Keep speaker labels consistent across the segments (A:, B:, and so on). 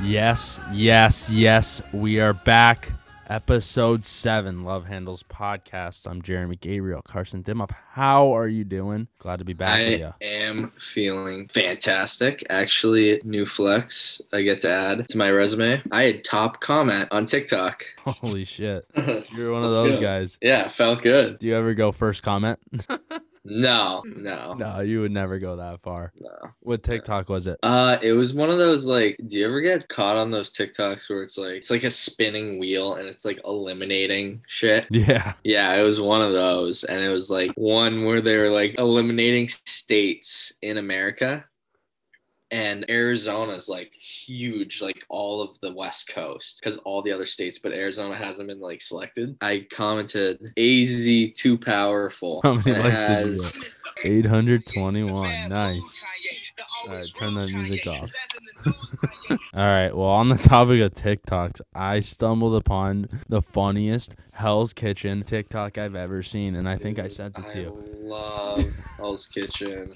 A: Yes, yes, yes. We are back. Episode 7, Love Handles Podcast. I'm Jeremy Gabriel, Carson Dimoff. How are you doing? Glad to be back with you.
B: I am feeling fantastic. Actually, new flex I get to add to my resume. I had top comment on TikTok.
A: Holy shit. You're one of
B: Let's
A: those
B: go.
A: guys.
B: yeah, felt good.
A: Do you ever go first comment?
B: No, no,
A: no, you would never go that far.
B: no.
A: What TikTok was it?
B: Uh, it was one of those like, do you ever get caught on those TikToks where it's like it's like a spinning wheel and it's like eliminating shit?
A: Yeah.
B: Yeah, it was one of those, and it was like one where they were like eliminating states in America, and Arizona's like huge, like all of the West Coast, because all the other states, but Arizona hasn't been like selected. I commented, "AZ too powerful."
A: How many
B: and it
A: likes did you
B: has-
A: get? 821. Nice. All right, turn that music off. All right. Well, on the topic of TikToks, I stumbled upon the funniest Hell's Kitchen TikTok I've ever seen, and I think I
B: Dude,
A: sent it
B: I
A: to you.
B: Love Hell's Kitchen.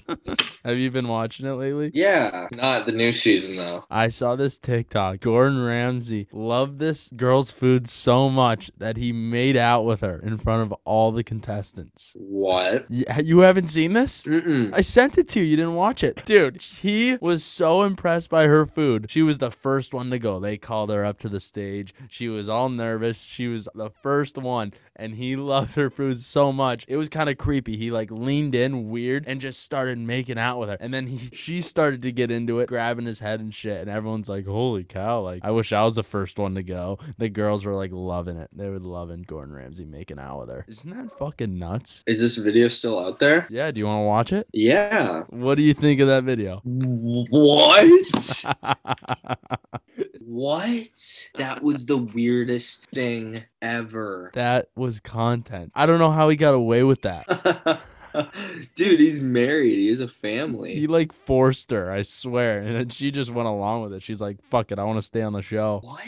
A: Have you been watching it lately?
B: Yeah, not the new season though.
A: I saw this TikTok. Gordon Ramsay loved this girl's food so much that he made out with her in front of all the contestants.
B: What?
A: Y- You haven't seen this?
B: Mm-mm.
A: I sent it to you. You didn't watch it. Dude, she was so impressed by her food. She was the first one to go. They called her up to the stage. She was all nervous. She was the first one. And he loved her food so much. It was kind of creepy. He like leaned in weird and just started making out with her. And then he she started to get into it, grabbing his head and shit. And everyone's like, holy cow, like I wish I was the first one to go. The girls were like loving it. They were loving Gordon Ramsay making out with her. Isn't that fucking nuts?
B: Is this video still out there?
A: Yeah, do you want to watch it?
B: Yeah.
A: What do you think of that video?
B: What? what? That was the weirdest thing ever.
A: that was content. I don't know how he got away with that.
B: Dude, he's married. He has
A: He
B: a family.
A: like forced her, I swear. And then she just went along with it. She's like, fuck it, I want to stay on the show.
B: What?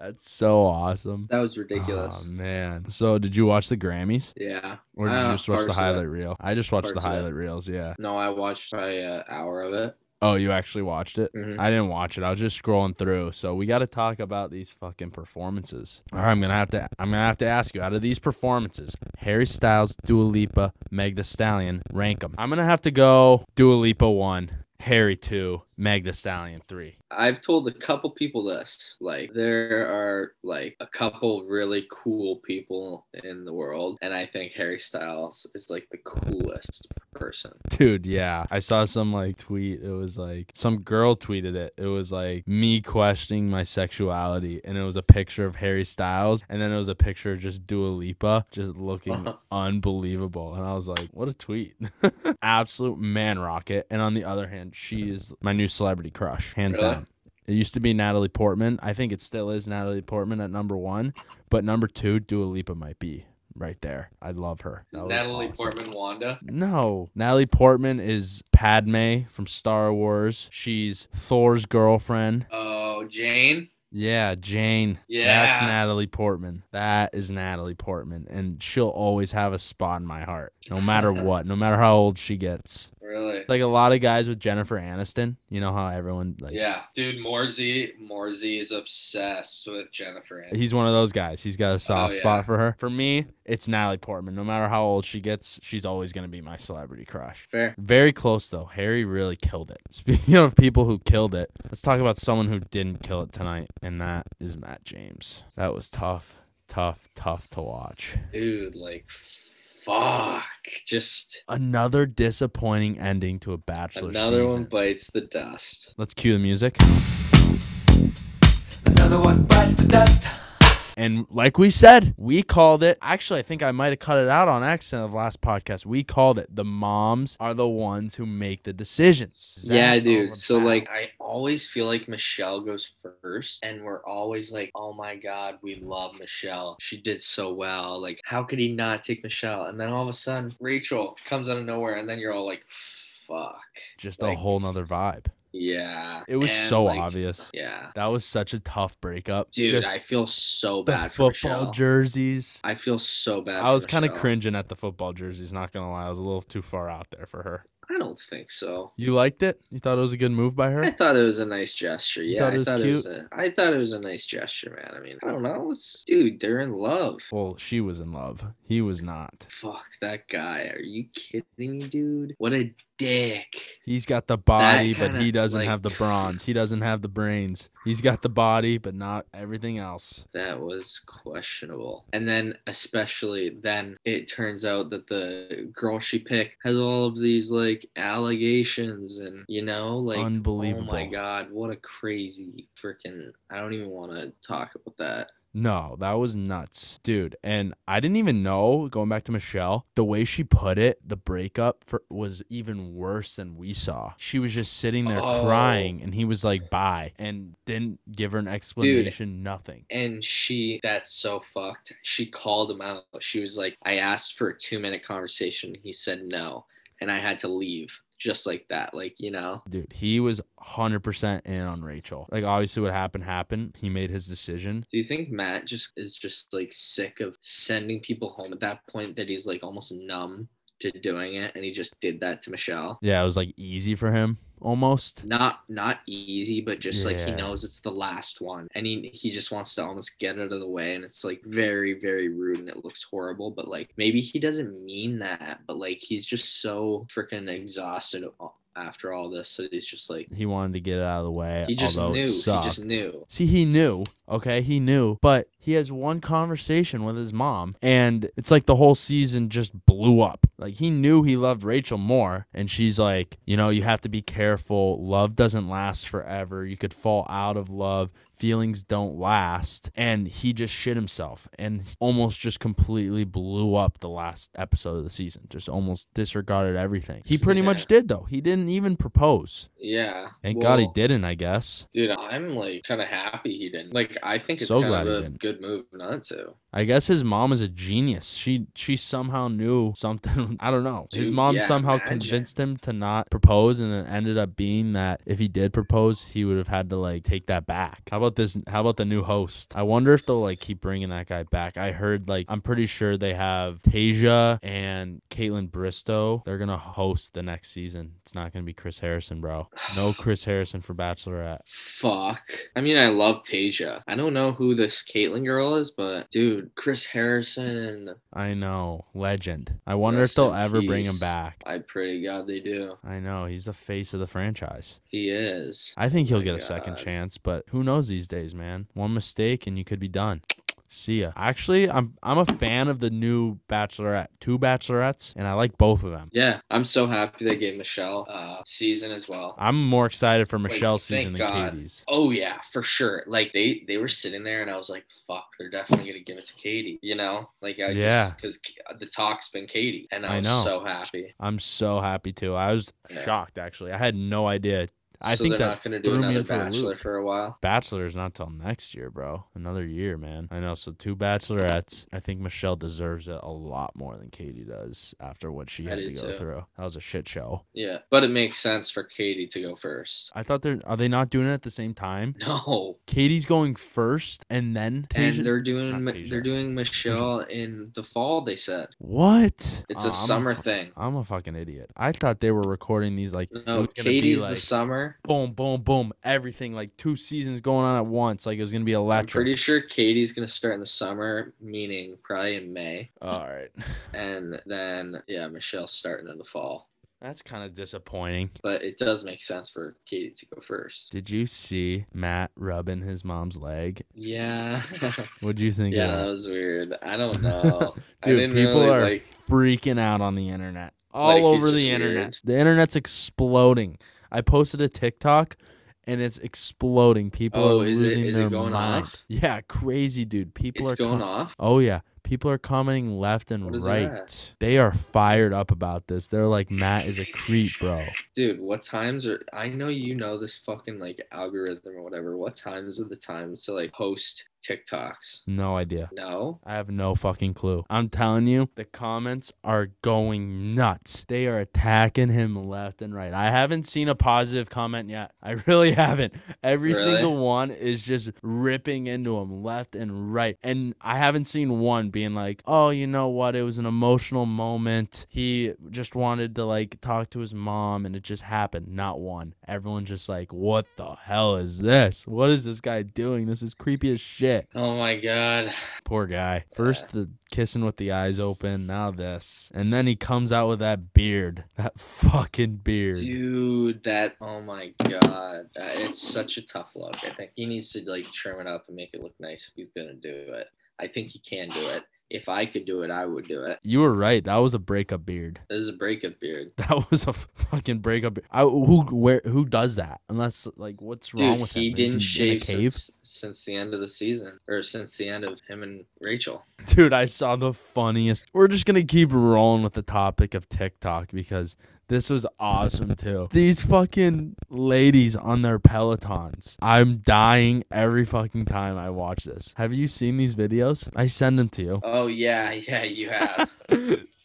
A: That's so awesome.
B: That was ridiculous.
A: Oh man. So did you watch the Grammys?
B: yeah.
A: Or did you
B: Uh,
A: just watch the
B: parts of it.
A: highlight reel? I just watched the
B: Parts of it.
A: highlight reels, yeah.
B: No, I watched probably an hour of it.
A: Oh, you actually watched it?
B: Mhm.
A: I didn't watch it. I was just scrolling through. So we got to talk about these fucking performances. All right, I'm gonna have to. I'm gonna have to ask you out of these performances: Harry Styles, Dua Lipa, Meg The Stallion. Rank them. I'm gonna have to go Dua Lipa one, Harry two, Meg The Stallion three.
B: I've told a couple people this. Like, there are like a couple really cool people in the world, and I think Harry Styles is like the coolest person.
A: Dude, yeah. I saw some like tweet. It was like some girl tweeted it. It was like me questioning my sexuality. And it was a picture of Harry Styles. And then it was a picture of just Dua Lipa just looking unbelievable. And I was like, what a tweet. Absolute man rocket. And on the other hand, she is my new celebrity crush, hands
B: Really?
A: down. It used to be Natalie Portman. I think it still is Natalie Portman at number one. But number two, Dua Lipa might be right there. I love her.
B: Is
A: That was
B: Natalie
A: awesome.
B: Portman Wanda?
A: No. Natalie Portman is Padme from Star Wars. She's Thor's girlfriend.
B: Oh, Jane.
A: Yeah, Jane. That's
B: Yeah.
A: Natalie Portman. That is Natalie Portman. And she'll always have a spot in my heart, no matter what, no matter how old she gets.
B: Really?
A: Like a lot of guys with Jennifer Aniston. You know how everyone, like,
B: yeah, dude. Morsey, Morsey is obsessed with Jennifer. Aniston.
A: He's one of those guys. He's got a soft
B: Oh, yeah.
A: spot for her. For me, it's Natalie Portman. No matter how old she gets, she's always going to be my celebrity crush.
B: Fair.
A: Very close though. Harry really killed it. Speaking of people who killed it, let's talk about someone who didn't kill it tonight, and that is Matt James. That was tough, tough, tough to watch.
B: Dude, like, fuck. Just
A: Another disappointing ending to a bachelor
B: another
A: season.
B: one bites the dust.
A: Let's cue the music.
C: Another one bites the dust.
A: And like we said, we called it. Actually, I think I might have cut it out on accident of the last podcast. We called it. The moms are the ones who make the decisions. Is that
B: yeah,
A: all
B: dude. So
A: about-
B: like, I always feel like Michelle goes first, and we're always like, oh my god, we love Michelle. She did so well. Like, how could he not take Michelle? And then all of a sudden, Rachel comes out of nowhere, and then you're all like, fuck.
A: just a
B: like-
A: whole nother vibe.
B: Yeah.
A: It was
B: And,
A: so
B: like,
A: obvious.
B: Yeah.
A: That was such a tough breakup.
B: Dude,
A: Just
B: I feel so
A: the
B: bad for
A: football
B: Michelle.
A: jerseys.
B: I feel so bad.
A: I
B: for
A: was kind of
B: Michelle.
A: cringing at the football jerseys, not gonna lie. I was a little too far out there for her.
B: I don't think so.
A: You liked it? You thought it was a good move by
B: I
A: her?
B: thought it was a nice gesture.
A: You
B: Yeah,
A: thought it
B: I
A: was
B: thought it was
A: cute?
B: a, I thought it was a nice gesture, man. I mean, I don't know. It's, dude, they're in love.
A: Well, she was in love. He was not.
B: Fuck that guy. Are you kidding me, dude? What a dick.
A: He's got the body, but
B: kinda,
A: he doesn't
B: like-
A: have the bronze. He doesn't have the brains. He's got the body, but not everything else.
B: That was questionable. And then, especially then, it turns out that the girl she picked has all of these like allegations, and you know, like,
A: Unbelievable.
B: Oh my god, what a crazy freaking! I don't even want to talk about that.
A: No, that was nuts, dude. And I didn't even know, going back to Michelle, the way she put it, the breakup for, was even worse than we saw. She was just sitting there
B: Oh.
A: crying, and he was like, bye, and didn't give her an explanation, nothing.
B: And she, that's so fucked. She called him out. She was like, I asked for a two minute conversation. He said no. And I had to leave just like that. Like, you know,
A: Dude, he was 100% in on Rachel. Like, obviously, what happened happened. He made his decision.
B: do you think Matt just is just like sick of sending people home at that point that he's like almost numb to doing it? And he just did that to Michelle.
A: Yeah, it was like easy for him almost.
B: Not not easy, but just like he
A: Yeah.
B: knows it's the last one, and he he just wants to almost get out of the way, and it's like very very rude, and it looks horrible. But like maybe he doesn't mean that, but like he's just so freaking exhausted after all this, so he's just like
A: He wanted to get it out of the way.
B: he just
A: although
B: knew,
A: It
B: he
A: sucked.
B: just knew.
A: See, he knew. Okay, he knew, but he has one conversation with his mom, and it's like the whole season just blew up. Like he knew he loved Rachel more, and she's like, you know, you have to be careful. Love doesn't last forever. You could fall out of love. Feelings don't last. And he just shit himself and almost just completely blew up the last episode of the season. Just almost disregarded everything. He pretty
B: Yeah.
A: much did, though. He didn't even propose.
B: Yeah,
A: Thank God he
B: well-
A: didn't, I guess.
B: Dude, I'm like kind of happy he didn't. Like, I think it's
A: So
B: kind
A: glad he
B: of a
A: didn't.
B: good move not to.
A: I guess his mom is a genius. She she somehow knew something. I don't know. his
B: Dude,
A: mom
B: yeah,
A: somehow
B: imagine.
A: convinced him to not propose, and it ended up being that if he did propose, he would have had to like take that back. How about this? How about the new host? I wonder if they'll like keep bringing that guy back. I heard like I'm pretty sure they have Tasia and Caitlin Bristow. They're gonna host the next season. It's not gonna be Chris Harrison, bro. No Chris Harrison for Bachelorette.
B: Fuck. I mean, I love Tasia. I don't know who this Caitlyn girl is, but dude, Chris Harrison.
A: I know, legend. I wonder if
B: Rest
A: they'll
B: in
A: ever bring him
B: peace.
A: back.
B: I pray to God they do.
A: I know he's the face of the franchise.
B: He is.
A: I think he'll
B: my
A: get a second
B: God.
A: chance, but who knows these days, man? One mistake and you could be done. See ya. Actually, I'm I'm a fan of the new Bachelorette, two Bachelorettes, and I like both of them.
B: Yeah, I'm so happy they gave Michelle uh season as well.
A: I'm more excited for
B: Like,
A: Michelle's season
B: thank
A: than
B: God.
A: Katie's.
B: Oh yeah, for sure. Like they they were sitting there, and I was like, "Fuck, they're definitely gonna give it to Katie." You know, like I
A: Yeah.
B: just because the talk's been Katie, and I,
A: I
B: was
A: know.
B: so happy.
A: I'm so happy too. I was
B: Yeah.
A: shocked actually. I had no idea. I think
B: they're
A: that
B: not going to do
A: threw me
B: another
A: in for a
B: Bachelor
A: loop.
B: for a while.
A: Bachelor's not till next year, bro. Another year, man. I know. So two Bachelorettes. I think Michelle deserves it a lot more than Katie does after what she
B: I
A: had
B: do
A: to go
B: too.
A: through. That was a shit show.
B: Yeah, but it makes sense for Katie to go first.
A: I thought they're are they not doing it at the same time?
B: No,
A: Katie's going first, and then Tasia's-
B: and they're
A: not
B: doing
A: Tasia.
B: they're doing Michelle in the fall. They said
A: what?
B: it's
A: Oh,
B: a
A: I'm
B: summer
A: fu-
B: thing.
A: I'm a fucking idiot. I thought they were recording these like it
B: No,
A: was gonna be,
B: Katie's the
A: like,
B: summer.
A: boom, boom, boom, everything like two seasons going on at once. Like it was gonna be
B: I'm
A: electric.
B: pretty sure Katie's going to start in the summer, meaning probably in May,
A: All right,
B: and then yeah, Michelle's starting in the fall.
A: that's kind of disappointing.
B: But it does make sense for Katie to go first.
A: Did you see Matt rubbing his mom's leg?
B: Yeah,
A: What'd you think?
B: yeah,
A: of
B: that
A: that?
B: was weird. I don't know. I
A: Dude,
B: didn't
A: people
B: really,
A: are
B: like.
A: freaking out on the internet. All
B: Like, he's
A: over
B: just
A: the internet.
B: weird.
A: The internet's exploding. I posted a TikTok and it's exploding. People
B: Oh,
A: are
B: is it-
A: losing
B: is it
A: their
B: going
A: mind.
B: off?
A: Yeah, crazy dude. People
B: It's
A: are
B: going
A: com-
B: off.
A: Oh yeah. People are commenting left and
B: What is
A: right.
B: that?
A: They are fired up about this. They're like, Matt is a creep, bro.
B: Dude, what times are I know you know this fucking like algorithm or whatever. What times are the times to like post TikToks?
A: No idea.
B: No.
A: I have no fucking clue. I'm telling you, the comments are going nuts. They are attacking him left and right. I haven't seen a positive comment yet. I really haven't. Every
B: Really?
A: single one is just ripping into him left and right. And I haven't seen one being like, oh, you know what? It was an emotional moment. He just wanted to like talk to his mom and it just happened. Not one. Everyone's just like, what the hell is this? What is this guy doing? This is creepy as shit.
B: Oh my god.
A: Poor guy. First the kissing with the eyes open, now this. And then he comes out with that beard. That fucking beard.
B: Dude, that oh my god, Uh, it's such a tough look. I think he needs to like trim it up and make it look nice if he's gonna do it. I think he can do it. If I could do it, I would do it.
A: You were right. That was a breakup beard.
B: This is a breakup beard,
A: That was a fucking breakup. Beard. I, who where who does that? Unless like what's wrong
B: dude.
A: with
B: He
A: him? Is
B: didn't
A: he in a
B: shave
A: cave?
B: since, since the end of the season, or since the end of him and Rachel.
A: Dude, I saw the funniest. We're just going to keep rolling with the topic of TikTok because this was awesome too. These fucking ladies on their Pelotons. I'm dying every fucking time I watch this. Have you seen these videos? I send them to you.
B: Oh yeah, yeah, you have.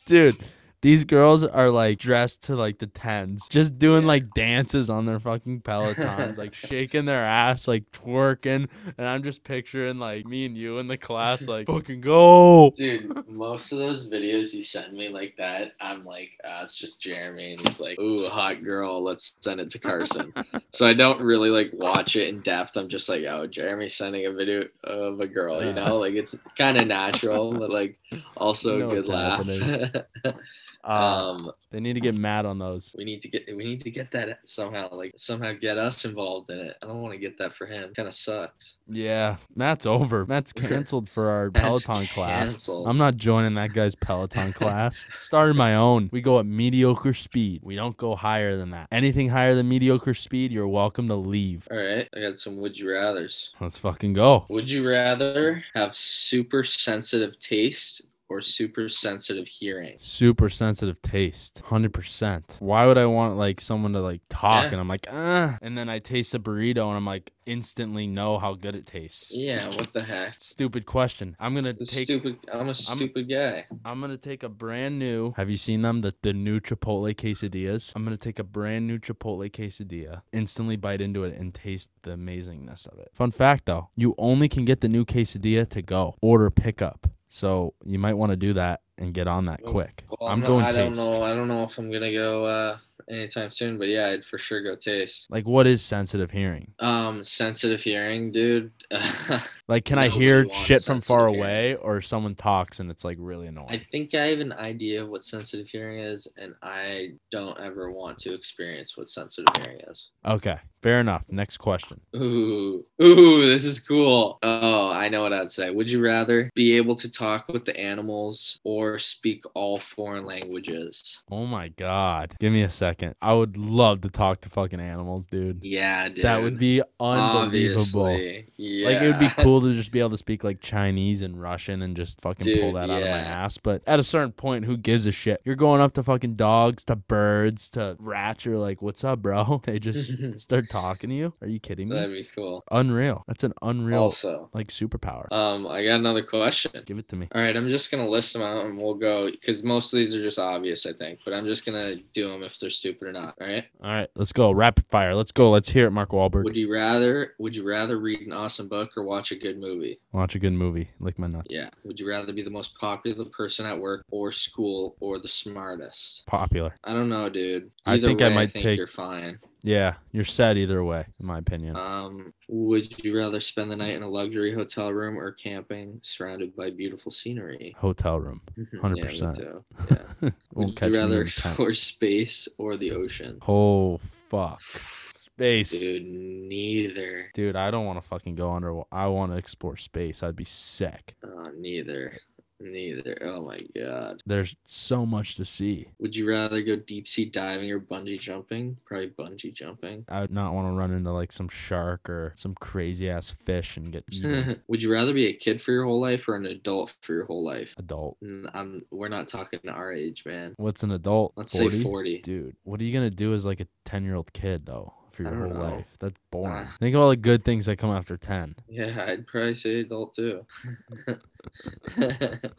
A: Dude, these girls are like dressed to like the tens, just doing like dances on their fucking Pelotons, like shaking their ass, like twerking. And I'm just picturing like me and you in the class, like fucking go.
B: Dude, most of those videos you send me like that, I'm like, ah, it's just Jeremy, and he's like, ooh, a hot girl, let's send it to Carson. so I don't really like watch it in depth. I'm just like, oh, Jeremy's sending a video of a girl, you know, like it's kind of natural, but like also
A: You know
B: a good
A: what's
B: laugh.
A: Uh,
B: um,
A: They need to get mad on those.
B: we need to get we need to get that somehow, like somehow get us involved in it. I don't want to get that for him. Kind of sucks.
A: Yeah, Matt's over. Matt's canceled for our
B: That's
A: Peloton class.
B: canceled.
A: I'm not joining that guy's Peloton class. Started my own. We go at mediocre speed. We don't go higher than that. Anything higher than mediocre speed, you're welcome to leave.
B: All right, I got some would you rather's.
A: Let's fucking go.
B: Would you rather have super sensitive taste or super sensitive hearing?
A: Super sensitive taste. 100%. Why would I want like someone to like talk
B: Yeah.
A: and I'm like, "Uh," and then I taste a burrito and I'm like instantly know how good it tastes.
B: Yeah, what the heck?
A: Stupid question. I'm going to
B: The
A: take
B: stupid. I'm a stupid guy.
A: I'm gonna take a brand new. Have you seen them? The the new Chipotle quesadillas. I'm gonna take a brand new Chipotle quesadilla, instantly bite into it, and taste the amazingness of it. Fun fact though, you only can get the new quesadilla to go order pickup. So you might want to do that and get on that
B: Well-
A: quick.
B: Well,
A: I'm,
B: I'm, not-
A: going
B: I don't
A: taste.
B: know. I don't know if I'm gonna go uh, anytime soon, but yeah, I'd for sure go taste.
A: Like what is sensitive hearing?
B: Um, sensitive hearing, dude. I
A: Like can I
B: Nobody
A: hear
B: wants
A: shit from far
B: sensitive
A: away or someone talks and it's like really annoying?
B: think I have an idea of what sensitive hearing is, and I don't ever want to experience what sensitive hearing is.
A: okay, fair enough. Next question.
B: Ooh, ooh, this is cool. Oh, I know what I'd say. Would you rather be able to talk with the animals or speak all foreign languages?
A: Oh my god. Give me a second. I would love to talk to fucking animals, dude.
B: Yeah, dude.
A: That would be unbelievable.
B: Obviously. Yeah.
A: Like it would be cool to just be able to speak like Chinese and Russian and just fucking pull
B: Dude,
A: that out of my
B: yeah.
A: ass. But at a certain point, who gives a shit? You're going up to fucking dogs, to birds, to rats. You're like, "What's up, bro?" They just start talking to you. Are you kidding
B: That'd
A: me?
B: be cool.
A: Unreal. That's an unreal
B: Also,
A: like superpower.
B: um, I got another question.
A: Give it to me.
B: All right, I'm just gonna list them out and we'll go because most of these are just obvious, I think. But I'm just gonna do them if they're stupid or not. All right.
A: All right, let's go. Rapid fire. Let's go. Let's hear it, Mark Wahlberg.
B: Would you rather? Would you rather read an awesome book or watch a good movie?
A: Watch a good movie. Lick my nuts.
B: Yeah. Would you rather be the most popular person at work or school or the smartest?
A: Popular.
B: I don't know, dude.
A: I think I might take-
B: you're fine.
A: Yeah, you're set either way, in my opinion.
B: Um, would you rather spend the night in a luxury hotel room or camping surrounded by beautiful scenery? Mm-hmm.
A: Hotel room.
B: yeah, me
A: 100%.
B: too. Yeah.
A: Won't
B: would
A: catch
B: you
A: me in
B: rather
A: the tent.
B: explore space or the ocean?
A: Oh fuck. Space. Dude,
B: Dude, neither.
A: I don't want to fucking go under I want to explore space. I'd be sick.
B: Oh, neither. Neither. Oh my god.
A: There's so much to see.
B: Would you rather go deep sea diving or bungee jumping? Probably bungee jumping.
A: I would not want to run into like some shark or some crazy ass fish and get eaten.
B: Would you rather be a kid for your whole life or an adult for your whole life?
A: adult.
B: Mm, I'm, we're not talking our age, man.
A: What's an adult?
B: Let's say 40.
A: Dude, what are you going to do as like a 10-year-old kid though? If for your
B: I
A: whole
B: don't know.
A: life. That's boring.
B: Ah.
A: Think of all the good things that come after 10.
B: Yeah, I'd probably say adult too. Oh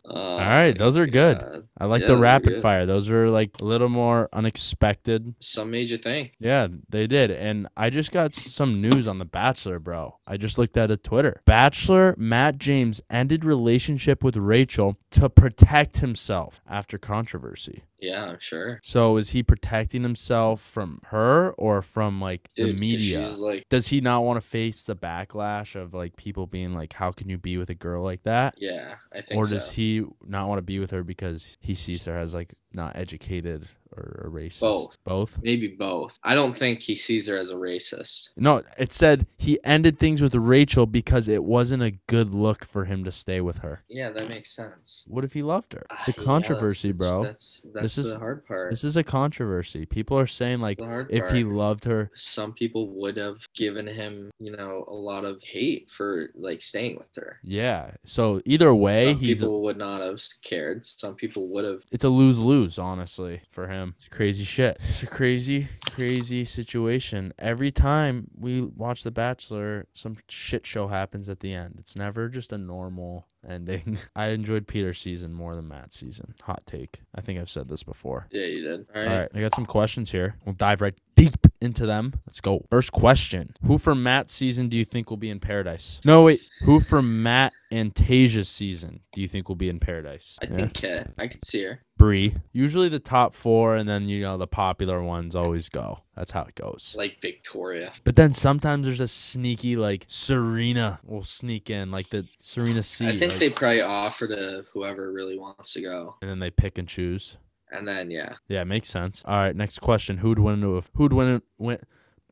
B: all
A: right, those are good. I like
B: Yeah,
A: the
B: those are
A: rapid
B: good.
A: fire. Those are like a little more unexpected.
B: Some major thing.
A: Yeah, they did. And I just got some news on The Bachelor, bro. I just looked at it Twitter. Bachelor Matt James ended relationship with Rachel to protect himself after controversy.
B: Yeah, I'm sure.
A: So is he protecting himself from her or from like the
B: Dude, 'cause
A: media?
B: She's like,
A: Does he not want to face the backlash of like people being like, how can you be with a girl like that?
B: yeah, I think
A: Or
B: so.
A: does he not want to be with her because he sees her as like not educated or, or racist?
B: Both.
A: Both.
B: Maybe both. I don't think he sees her as a racist.
A: No, it said he ended things with Rachel because it wasn't a good look for him to stay with her.
B: Yeah, that makes sense.
A: What if he loved her?
B: Ah, yeah,
A: The
B: that's-
A: controversy, bro.
B: That's that's
A: is-
B: the hard part.
A: this is a controversy. People are saying like
B: the hard
A: if he
B: part.
A: loved her,
B: Some people would have given him, you know, a lot of hate for like staying with her.
A: yeah. So either way,
B: Some
A: he's a,
B: people would not have cared. Some people would have.
A: it's a lose lose, honestly, for him. It's crazy shit. It's a crazy, crazy situation. Every time we watch The Bachelor, some shit show happens at the end. It's never just a normal ending. I enjoyed Peter's season more than Matt's season. Hot take. I think I've said this before.
B: Yeah, you did. All
A: All
B: right.
A: right, I got some questions here. We'll dive right deep into them. Let's go. First question: Who for Matt's season do you think will be in paradise? No, wait. Who for Matt and Tasia's season do you think will be in paradise?
B: I
A: Yeah.
B: think Kat. I could see her.
A: Bree. Usually the top four, and then you know the popular ones always go. That's how it goes.
B: Like Victoria.
A: But then sometimes there's a sneaky like Serena will sneak in, like the Serena C.
B: I think
A: like-
B: they probably offer to whoever really wants to go.
A: and then they pick and choose.
B: And then yeah,
A: Yeah, it makes sense. All right, next question: Who'd win into a who'd win in, win,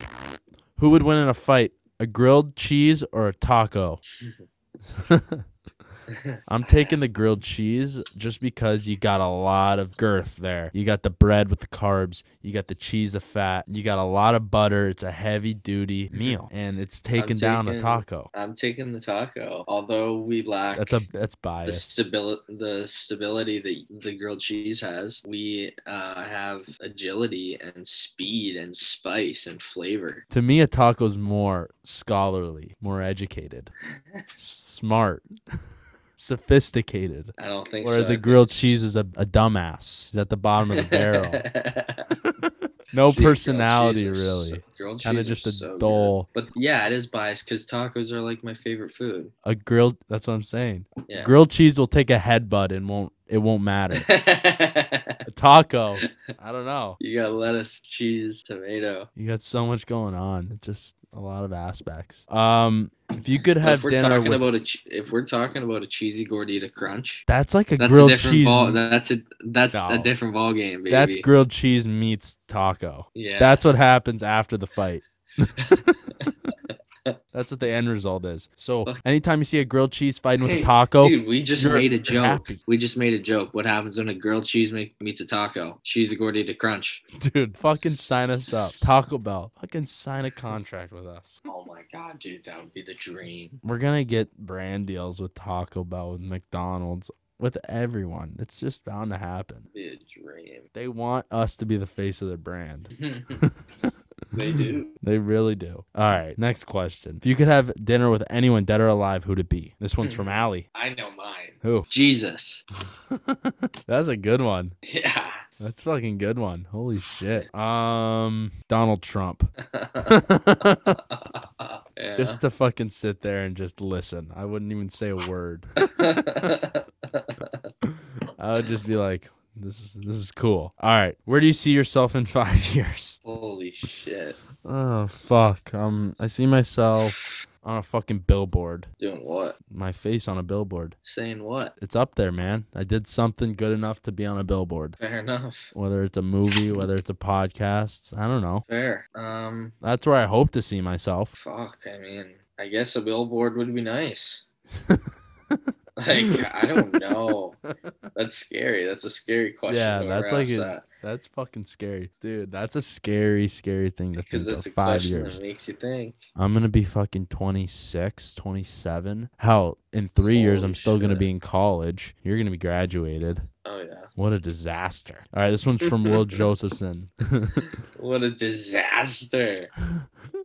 A: who would win in a fight? A grilled cheese or a taco? I'm taking the grilled cheese just because you got a lot of girth there. You got the bread with the carbs, you got the cheese, the fat, you got a lot of butter. It's a heavy duty meal, and it's taking down a
B: taking-
A: taco.
B: I'm taking the taco. Although we lack
A: That's a that's
B: the
A: biased.
B: stability the stability that the grilled cheese has we uh, have agility and speed and spice and flavor
A: To me, a taco's more scholarly, more educated, smart, sophisticated.
B: i don't think
A: Whereas
B: so.
A: a grilled cheese is a, a dumbass. He's at the bottom of the barrel. No
B: Dude, grilled
A: personality,
B: cheese are so-
A: really.
B: grilled
A: Kinda
B: cheese are
A: just a
B: so good.
A: dull-
B: but yeah it is biased because tacos are like my favorite food
A: A grilled. That's what I'm saying.
B: yeah
A: Grilled cheese will take a headbutt and won't. It won't matter. a taco. I don't know.
B: you got lettuce cheese tomato
A: You got so much going on. It's just a lot of aspects. Um, if you could
B: But
A: have
B: if we're
A: dinner
B: talking
A: with.
B: about a che- if we're talking about a cheesy gordita crunch
A: that's like a
B: that's a
A: grilled
B: different
A: cheese.
B: ball that's a that's a
A: No.
B: different ball game baby
A: that's grilled cheese meets taco.
B: yeah
A: That's what happens after the fight. That's what the end result is. So anytime you see a grilled cheese fighting with a
B: Hey,
A: taco,
B: Dude, we just
A: You're-
B: made a
A: you're
B: joke.
A: happy.
B: We just made a joke. What happens when a grilled cheese make, meets a taco? Cheese gordita crunch.
A: dude, fucking sign us up. Taco Bell, fucking sign a contract with us.
B: Oh my god, dude, that would be the dream.
A: We're gonna get brand deals with Taco Bell, with McDonald's, with everyone. It's just bound to happen.
B: Be a dream.
A: They want us to be the face of their brand.
B: they do.
A: They really do. All right, next question. If you could have dinner with anyone dead or alive, who'd it be? This
B: Hmm.
A: one's from Allie.
B: I know mine.
A: Who?
B: Jesus.
A: That's a good one.
B: Yeah.
A: That's a fucking good one. Holy shit. Um, Donald Trump.
B: Yeah.
A: Just to fucking sit there and just listen. I wouldn't even say a word. I would just be like, this is this is cool. All right, where do you see yourself in five years?
B: Holy shit.
A: Oh fuck. Um, I see myself on a fucking billboard.
B: Doing what?
A: My face on a billboard.
B: Saying what?
A: It's up there, man. I did something good enough to be on a billboard.
B: Fair enough.
A: Whether it's a movie, whether it's a podcast, I don't know.
B: Fair. Um
A: That's where I hope to see myself.
B: Fuck, I mean, I guess a billboard would be nice. like, I don't know. That's scary. That's a scary question.
A: Yeah,
B: to
A: that's
B: ask
A: like a-
B: that,
A: That's fucking scary, dude. That's a scary, scary thing to
B: because
A: think
B: that's
A: of.
B: a
A: Five
B: question
A: years.
B: that makes you think.
A: I'm gonna be fucking 26, 27. Hell, in three years,
B: Holy
A: I'm still gonna be
B: shit.
A: in college. You're gonna be graduated.
B: Oh yeah,
A: What a disaster. All right, this one's from Will Josephson.
B: What a disaster.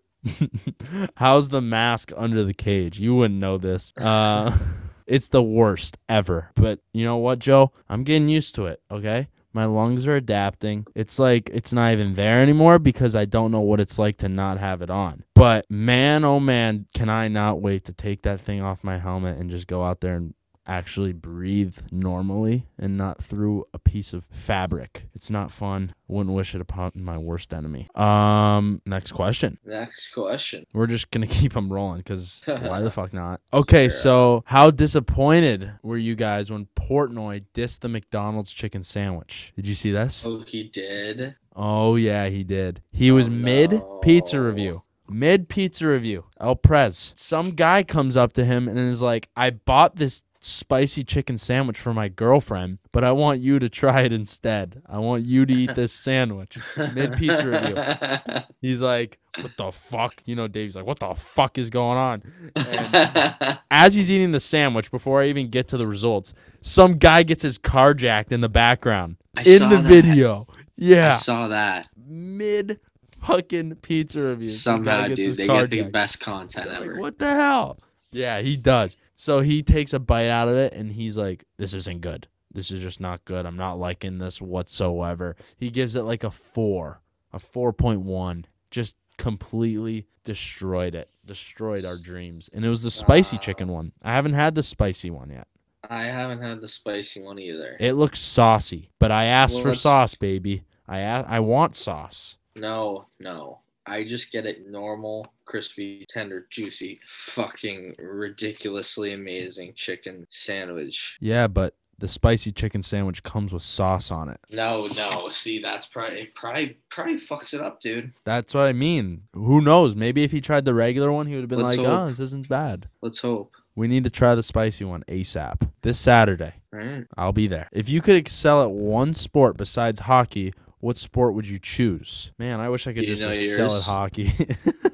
A: How's the mask under the cage? You wouldn't know this. Uh, it's the worst ever. But you know what, Joe? I'm getting used to it, okay? My lungs are adapting. It's like it's not even there anymore because I don't know what it's like to not have it on. But man, oh man, can I not wait to take that thing off my helmet and just go out there and actually breathe normally and not through a piece of fabric. It's not fun. Wouldn't wish it upon my worst enemy. Um, next question.
B: Next question.
A: We're just gonna keep them rolling because why the fuck not? Okay, so how disappointed were you guys when Portnoy dissed the McDonald's chicken sandwich? Did you see this?
B: Oh, he did.
A: Oh yeah, he did. He was
B: Oh,
A: mid pizza
B: no.
A: review. Mid pizza review. El Prez. Some guy comes up to him and is like, "I bought this spicy chicken sandwich for my girlfriend, but I want you to try it instead. I want you to eat this sandwich." Mid pizza
B: review.
A: He's like, "What the fuck?" You know, Dave's like, "What the fuck is going on?" And as he's eating the sandwich, before I even get to the results, some guy gets his car jacked in the background
B: I
A: in
B: saw
A: the
B: that.
A: video. Yeah
B: I saw that.
A: mid fucking pizza review. Some guy
B: Somehow,
A: gets
B: dude,
A: his
B: they
A: car
B: get the
A: jacked.
B: best content
A: They're
B: ever.
A: Like, what the hell? Yeah, he does. So he takes a bite out of it and he's like, this isn't good. This is just not good. I'm not liking this whatsoever. He gives it like a four, a 4.1. Just completely destroyed it. Destroyed our dreams. And it was the spicy
B: Wow.
A: chicken one. I haven't had the spicy one yet.
B: I haven't had the spicy one either.
A: It looks saucy, but I asked
B: Well,
A: for
B: let's-
A: sauce, baby. I, a- I want sauce.
B: No, no. I just get it normal, crispy, tender, juicy, fucking ridiculously amazing chicken sandwich.
A: Yeah, but the spicy chicken sandwich comes with sauce on it.
B: No, no. See, that's probably it probably probably fucks it up, dude.
A: That's what I mean. Who knows? Maybe if he tried the regular one, he would have been
B: Let's
A: like,
B: hope.
A: "Oh, this isn't bad."
B: Let's hope.
A: We need to try the spicy one ASAP. This Saturday,
B: Right?
A: I'll be there. If you could excel at one sport besides hockey, what sport would you choose? Man, I wish I could
B: You
A: just
B: know
A: excel at
B: yours?
A: hockey.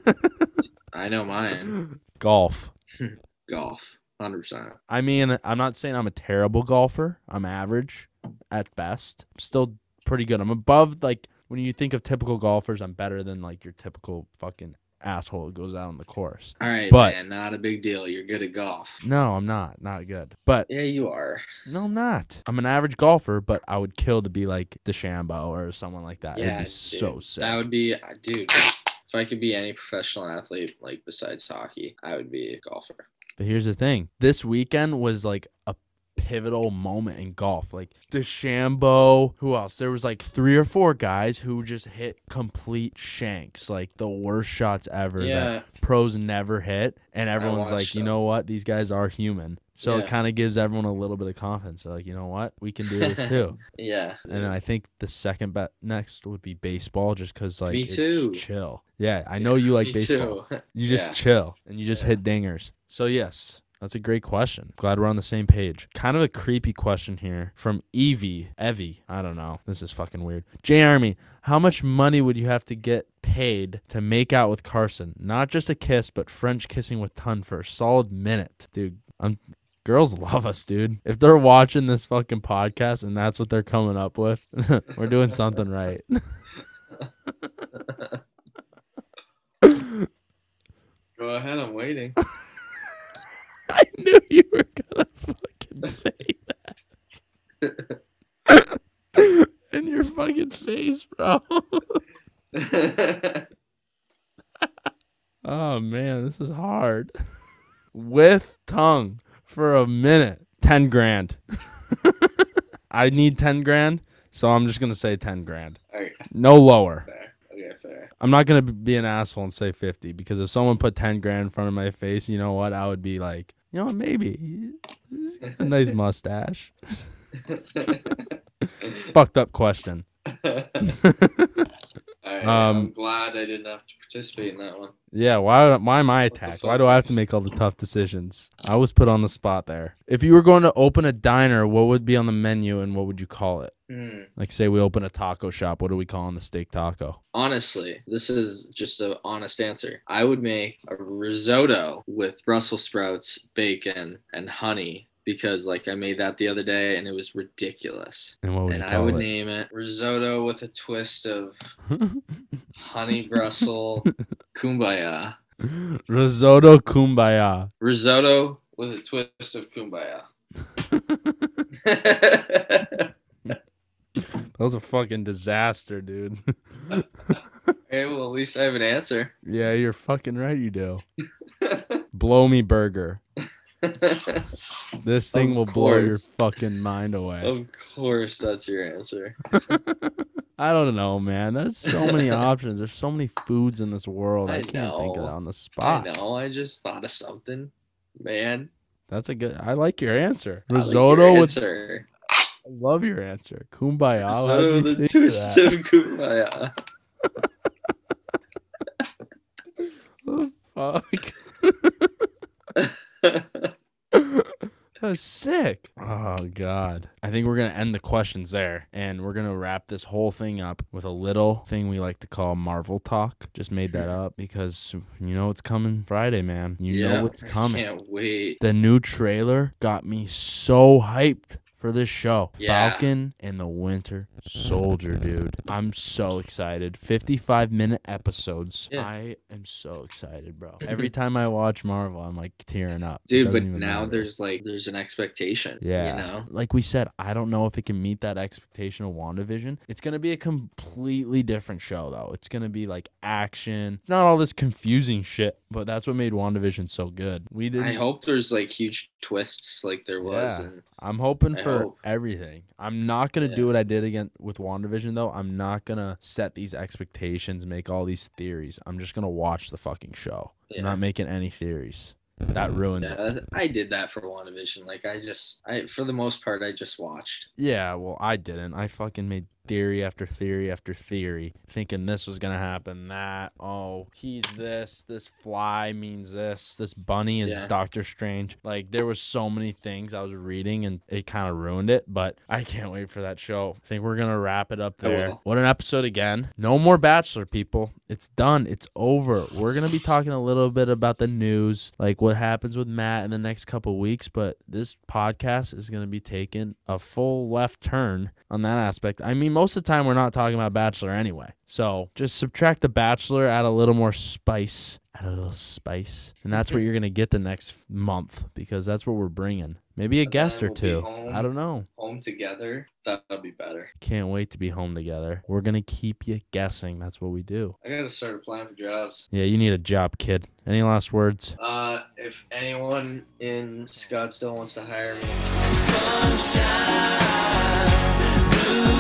B: I know mine.
A: Golf.
B: Golf. Hundred percent.
A: I mean, I'm not saying I'm a terrible golfer. I'm average at best. I'm still pretty good. I'm above like when you think of typical golfers, I'm better than like your typical fucking asshole who goes out on the course.
B: All right,
A: But-
B: man. Not a big deal. You're good at golf.
A: No, I'm not. Not good. But
B: Yeah, you are.
A: no, I'm not. I'm an average golfer, but I would kill to be like DeChambeau or someone like that. It'd
B: Yeah,
A: be so
B: dude.
A: sick.
B: That would be, uh, dude. If I could be any professional athlete, like besides hockey, I would be a golfer.
A: But here's the thing: this weekend was like a pivotal moment in golf. Like DeChambeau, who else? There was like three or four guys who just hit complete shanks, like the worst shots ever that
B: Yeah,
A: pros never hit, and everyone's like,
B: watched
A: you
B: that.
A: know what? These guys are human. So it
B: Yeah.
A: kind of gives everyone a little bit of confidence. They're like, you know what? We can do this too.
B: yeah.
A: And then I think the second bet next would be baseball, just because like
B: Me
A: it's
B: too.
A: chill. Yeah, I know you like
B: Me
A: baseball.
B: too.
A: You just
B: Yeah.
A: chill and you just
B: Yeah.
A: hit dingers. So yes, that's a great question. Glad we're on the same page. Kind of a creepy question here from Evie. Evie, I don't know. This is fucking weird. J Army, how much money would you have to get paid to make out with Carson? Not just a kiss, but French kissing with tongue for a solid minute, dude. I'm. Girls love us, dude. If they're watching this fucking podcast and that's what they're coming up with, we're doing something right.
B: Go ahead, I'm waiting.
A: I knew you were gonna fucking say that. In your fucking face, bro. oh man, this is hard. With tongue for a minute. Ten grand. I need ten grand, so I'm just gonna say ten grand.
B: okay,
A: No lower.
B: fair. Okay, fair.
A: I'm not gonna be an asshole and say fifty because if someone put ten grand in front of my face, you know what? I would be like, you know what? Maybe He's got a nice mustache. Fucked up question.
B: All right,
A: Um,
B: I'm glad I didn't have to participate in that one.
A: Yeah, why would- why am I attacked? Why do I have to make all the tough decisions? I was put on the spot there. If you were going to open a diner, what would be on the menu and what would you call it?
B: Hmm.
A: Like, say we open a taco shop, what do we call on the steak taco?
B: Honestly, this is just an honest answer. I would make a risotto with Brussels sprouts, bacon, and honey because like I made that the other day and it was ridiculous.
A: And what would
B: and
A: you
B: I
A: call
B: would
A: it?
B: name it risotto with a twist of honey Brussels kumbaya.
A: Risotto Kumbaya.
B: Risotto with a twist of kumbaya.
A: That was a fucking disaster, dude.
B: hey, well, at least I have an answer.
A: yeah, you're fucking right. You do. blow me burger.
B: of
A: This thing
B: Of
A: will blow your
B: course.
A: fucking mind away.
B: course, that's your answer.
A: I don't know, man. That's so many options. There's so many foods in this world. I,
B: I
A: can't think of
B: know.
A: that on the spot.
B: I know. I just thought of something, man.
A: That's a good. I like your answer.
B: I like
A: Risotto
B: your
A: with.
B: answer.
A: I love your answer. Kumbaya. How did
B: risotto
A: you
B: with
A: think
B: a
A: of
B: twist
A: that?
B: of kumbaya.
A: The fuck. That's sick. Oh god. I think we're gonna end the questions there, and we're gonna wrap this whole thing up with a little thing we like to call Marvel talk. Just made that
B: Hmm.
A: up because you know it's coming Friday, man. You know what's
B: I
A: coming.
B: can't wait.
A: The new trailer got me so hyped for this show.
B: Yeah.
A: Falcon and the Winter Soldier, dude. I'm so excited. 55 minute episodes.
B: Yeah.
A: I am so excited, bro. Every time I watch Marvel, I'm like tearing up. It
B: Dude,
A: doesn't
B: but
A: even
B: now
A: matter.
B: there's like there's an expectation.
A: Yeah.
B: You know?
A: Like we said, I don't know if it can meet that expectation of WandaVision. It's going to be a completely different show, though. It's going to be like action, not all this confusing shit, but that's what made WandaVision so good. We didn't.
B: I hope there's like huge twists like there was
A: Yeah.
B: in
A: I'm hoping
B: I
A: for
B: hope.
A: everything. I'm not gonna do
B: Yeah.
A: what I did again with WandaVision though. I'm not gonna set these expectations, make all these theories. I'm just gonna watch the fucking show.
B: yeah.
A: I'm not making any theories. That ruins it.
B: Yeah, I did that for WandaVision. Like I just I for the most part I just watched.
A: Yeah, well I didn't. I fucking made theory after theory after theory, thinking this was gonna happen, that, oh, he's this, this fly means this, this bunny is
B: Yeah.
A: Doctor Strange. Like there was so many things I was reading and it kind of ruined it, but I can't wait for that show. I think we're gonna wrap it up
B: I
A: there.
B: will.
A: What an episode again. No more Bachelor people. It's done. It's over. We're gonna be talking a little bit about the news, like what happens with Matt in the next couple weeks, but this podcast is gonna be taking a full left turn on that aspect. I mean, most of the time we're not talking about Bachelor anyway. So just subtract the Bachelor, add a little more spice, add a little spice, and that's what you're gonna get the next month because that's what we're bringing. Maybe a
B: And
A: guest or
B: then we'll be
A: two.
B: home.
A: I don't know.
B: Home together, that'll be better.
A: Can't wait to be home together. We're gonna keep you guessing. That's what we do.
B: I gotta start applying for jobs.
A: Yeah, you need a job, kid. Any last words?
B: Uh, if anyone in Scottsdale wants to hire me,
C: Sunshine, blue